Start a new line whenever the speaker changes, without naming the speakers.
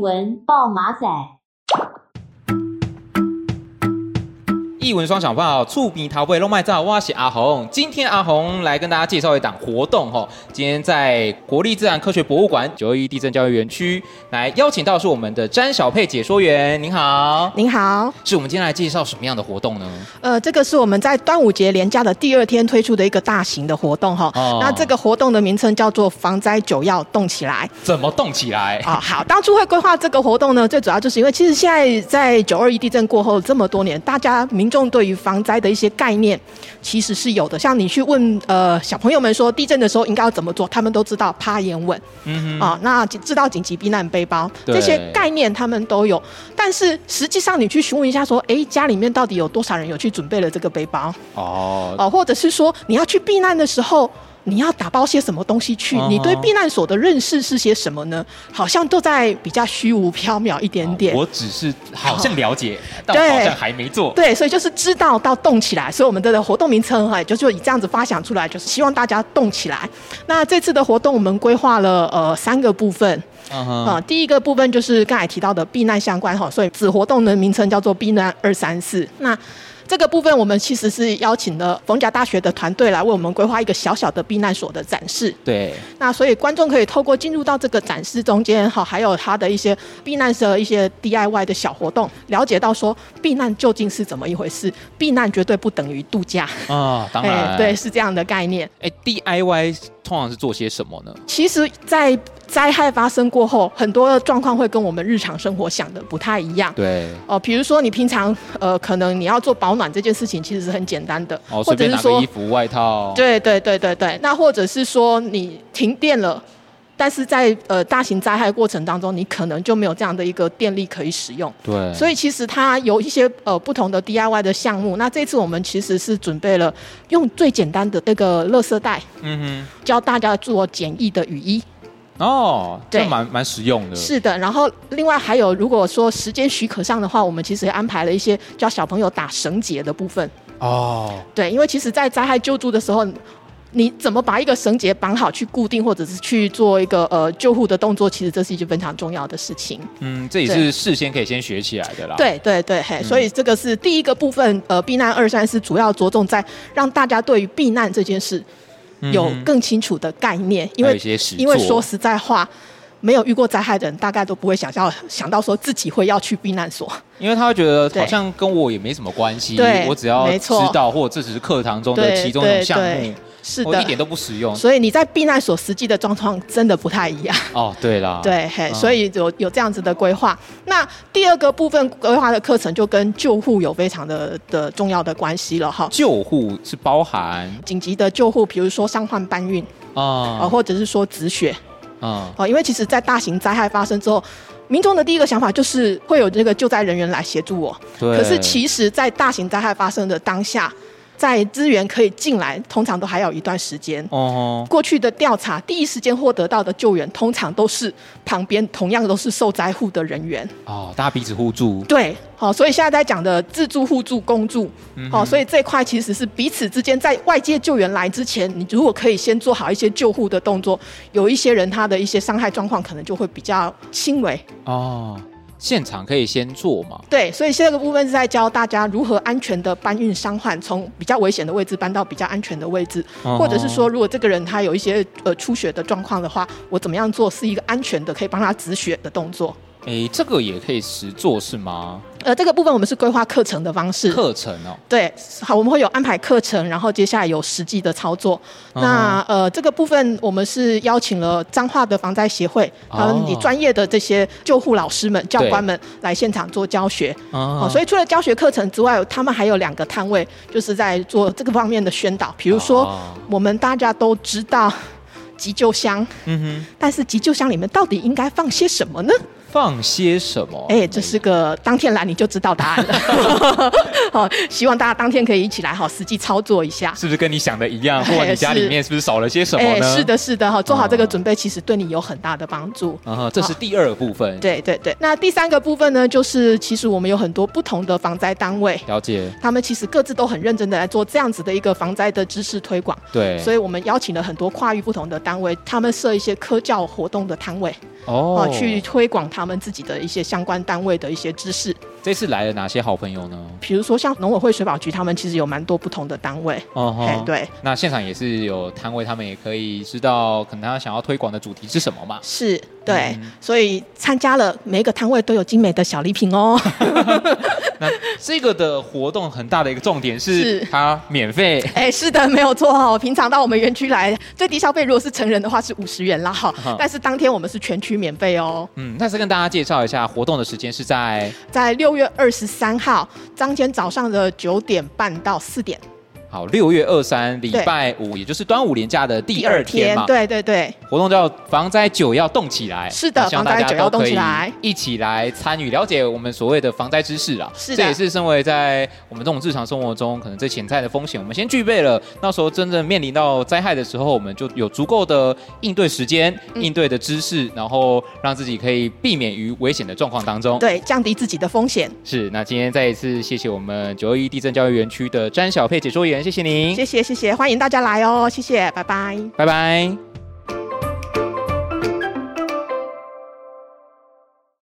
文爆马仔，
一文双响炮，触鼻桃贝弄麦照，哇喜阿红。今天阿红来跟大家介绍一档活动哈，今天在国立自然科学博物馆九二一地震教育园区来邀请到是我们的詹小佩解说员，您好。
您好，
是我们今天来介绍什么样的活动呢？
呃，这个是我们在端午节连假的第二天推出的一个大型的活动哈。
哦
那这个活动的名称叫做“防灾九要动起来
怎么动起来”。？
啊、好，当初会规划这个活动呢，最主要就是因为其实现在在九二一地震过后这么多年，大家民众对于防灾的一些概念其实是有的。像你去问呃小朋友们说地震的时候应该要怎么做，他们都知道趴眼稳，
嗯
啊、那知道紧急避难背包
对
这些概念他们都有，但是实际上你去询问一下说，诶，家里面到底有多少人有去准备了这个背包？
哼，哦，
哦，或者是说你要去避难的时候，你要打包些什么东西去？
哦
你对避难所的认识是些什么呢？好像都在比较虚无缥缈一点点。
啊我只是好像了 解，但
对
我好像还没做。
对，所以就是知道到动起来，所以我们的活动名称哈，就是以这样子发想出来，就是希望大家动起来。那这次的活动我们规划了呃三个部分，
嗯哼
啊、第一个部分就是刚才提到的避难相关哈，所以子活动的名称叫做避难二三四。那这个部分我们其实是邀请了逢甲大学的团队来为我们规划一个小小的避难所的展示。
对，
那所以观众可以透过进入到这个展示中间哈，还有它的一些避难的一些 DIY 的小活动，了解到说避难究竟是怎么一回事。避难绝对不等于度假，
啊，当然，
哎对，，是这样的概念。
哎，DIY 通常是做些什么呢？
其实，在灾害发生过后，很多状况会跟我们日常生活想的不太一样。
对，
哦、比如说你平常呃，可能你要做保暖这件事情，其实是很简单的，
哦，
或
随
者
便
是
拿个
说
衣，服、外套，
对对对对对，那或者是说你停电了。但是在呃大型灾害过程当中，你可能就没有这样的一个电力可以使用，
对，
所以其实它有一些呃不同的 DIY 的项目。那这次我们其实是准备了用最简单的那个垃圾袋，
嗯
教大家做简易的雨衣，
哼，哦，
对
这蛮蛮实用的，
是的，然后另外还有，如果说时间许可上的话，我们其实也安排了一些教小朋友打绳结的部分。
哦，
对，因为其实，在灾害救助的时候，你怎么把一个绳结绑好去固定，或者是去做一个呃救护的动作，其实这是一件非常重要的事情。
嗯，这也是
对
事先可以先学起来的啦。，
对对对，嘿，所
嗯
以这个是第一个部分。呃，避难二三是主要着重在让大家对于避难这件事有更清楚的概念，因
嗯还有
为
一些实
因为
作
说实在话。没有遇过灾害的人，大概都不会想到想到说自己会要去避难所。
因为他会觉得
对
好像跟我也没什么关系，
对
我只要
没
知
错
道或者这只是课堂中的
对
其中一种
对
项目
对，是
我
的，
哦一点都不实用。
所以你在避难所实际的状况真的不太一样。
哦，对啦，
对，嘿，
嗯
所以有有这样子的规划。那第二个部分规划的课程就跟救护有非常的的重要的关系了哈。
救护是包含
紧急的救护，比如说伤患搬运啊、
啊
或者是说止血
啊
啊、因为其实，在大型灾害发生之后，民众的第一个想法就是会有这个救灾人员来协助我。
对，
可是其实，在大型灾害发生的当下，在资源可以进来，通常都还有一段时间。
哦
过去的调查，第一时间获得到的救援，通常都是旁边同样都是受灾户的人员。
哦，大家彼此互助，
对，好、所以现在在讲的自助、互助、公助，好、所以这一块其实是彼此之间在外界救援来之前，你如果可以先做好一些救护的动作，有一些人他的一些伤害状况可能就会比较轻微。
哦，现场可以先做嘛，
对，所以这个部分是在教大家如何安全的搬运伤患，从比较危险的位置搬到比较安全的位置，
哦
或者是说，如果这个人他有一些呃出血的状况的话，我怎么样做是一个安全的，可以帮他止血的动作。
哎，这个也可以实做是吗？
呃，这个部分我们是规划课程的方式，
课程哦，
对，好，我们会有安排课程，然后接下来有实际的操作。
嗯
那呃，这个部分我们是邀请了彰化的防灾协会，还有
哦
你专业的这些救护老师们、教官们来现场做教学。
啊
哦，所以除了教学课程之外，他们还有两个摊位，就是在做这个方面的宣导。比如说，
哦
我们大家都知道急救箱，
嗯
但是急救箱里面到底应该放些什么呢？
哼，放些什么？
哎、这是个当天来你就知道答 案了。好，希望大家当天可以一起来，好实际操作一下。
哎是不是跟你想的一 样？
哎
或者你家里面是不是少了些什么
哎、
呢？
是，的，是的，哈，做好这个
嗯
准备，其实对你有很大的帮助。
啊哈，这是第二个部分。，
对对对，那第三个部分呢，就是其实我们有很多不同的防灾单位，
了解。
他们其实各自都很认真的来做这样子的一个防灾的知识推广。
对，
所
以
以我们邀请了很多跨域不同的单位，他们设一些科教活动的摊位，
哦
啊，去推广他们自己的一些相关单位的一些知识。
这次来了哪些好朋友呢？
比如说像农委会水保局，他们其实有蛮多不同的单位。
哦
哎、对，
那现场也是有摊位，他们也可以知道可能他想要推广的主题是什么 嘛？
是，对，
嗯
所以参加了每一个摊位都有精美的小礼 品哦。
那这个的活动很大的一个重点是
是
它免费。
哎，是的，没有错哦。平常到我们园区来，最低消费如果是成人的话是五十元啦哈
嗯，
但是当天我们是全区免费哦。
嗯，那再跟大家介绍一下活动的时间是在
在六月二十三号，当天早上的九点半到四点，
好六月二三礼
对
拜五，也就是端午连假的第二天嘛。
对对对，
活动叫“防灾酒要动起来”，
是的
那希望大家
防灾酒要
都可以
动起来
一起来参与，了解我们所谓的防灾知识啊。
是的
这也是身为在我们这种日常生活中，可能最潜在的风险，我们先具备了，到时候真正面临到灾害的时候，我们就有足够的应对时间、
嗯
应对的知识，然后让自己可以避免于危险的状况当中。
对，降低自己的风险。
是，那今天再一次谢谢我们九二一地震教育园区的詹小佩解说员，谢谢您，
谢谢谢谢，欢迎大家来哦，谢谢，拜拜。
拜拜。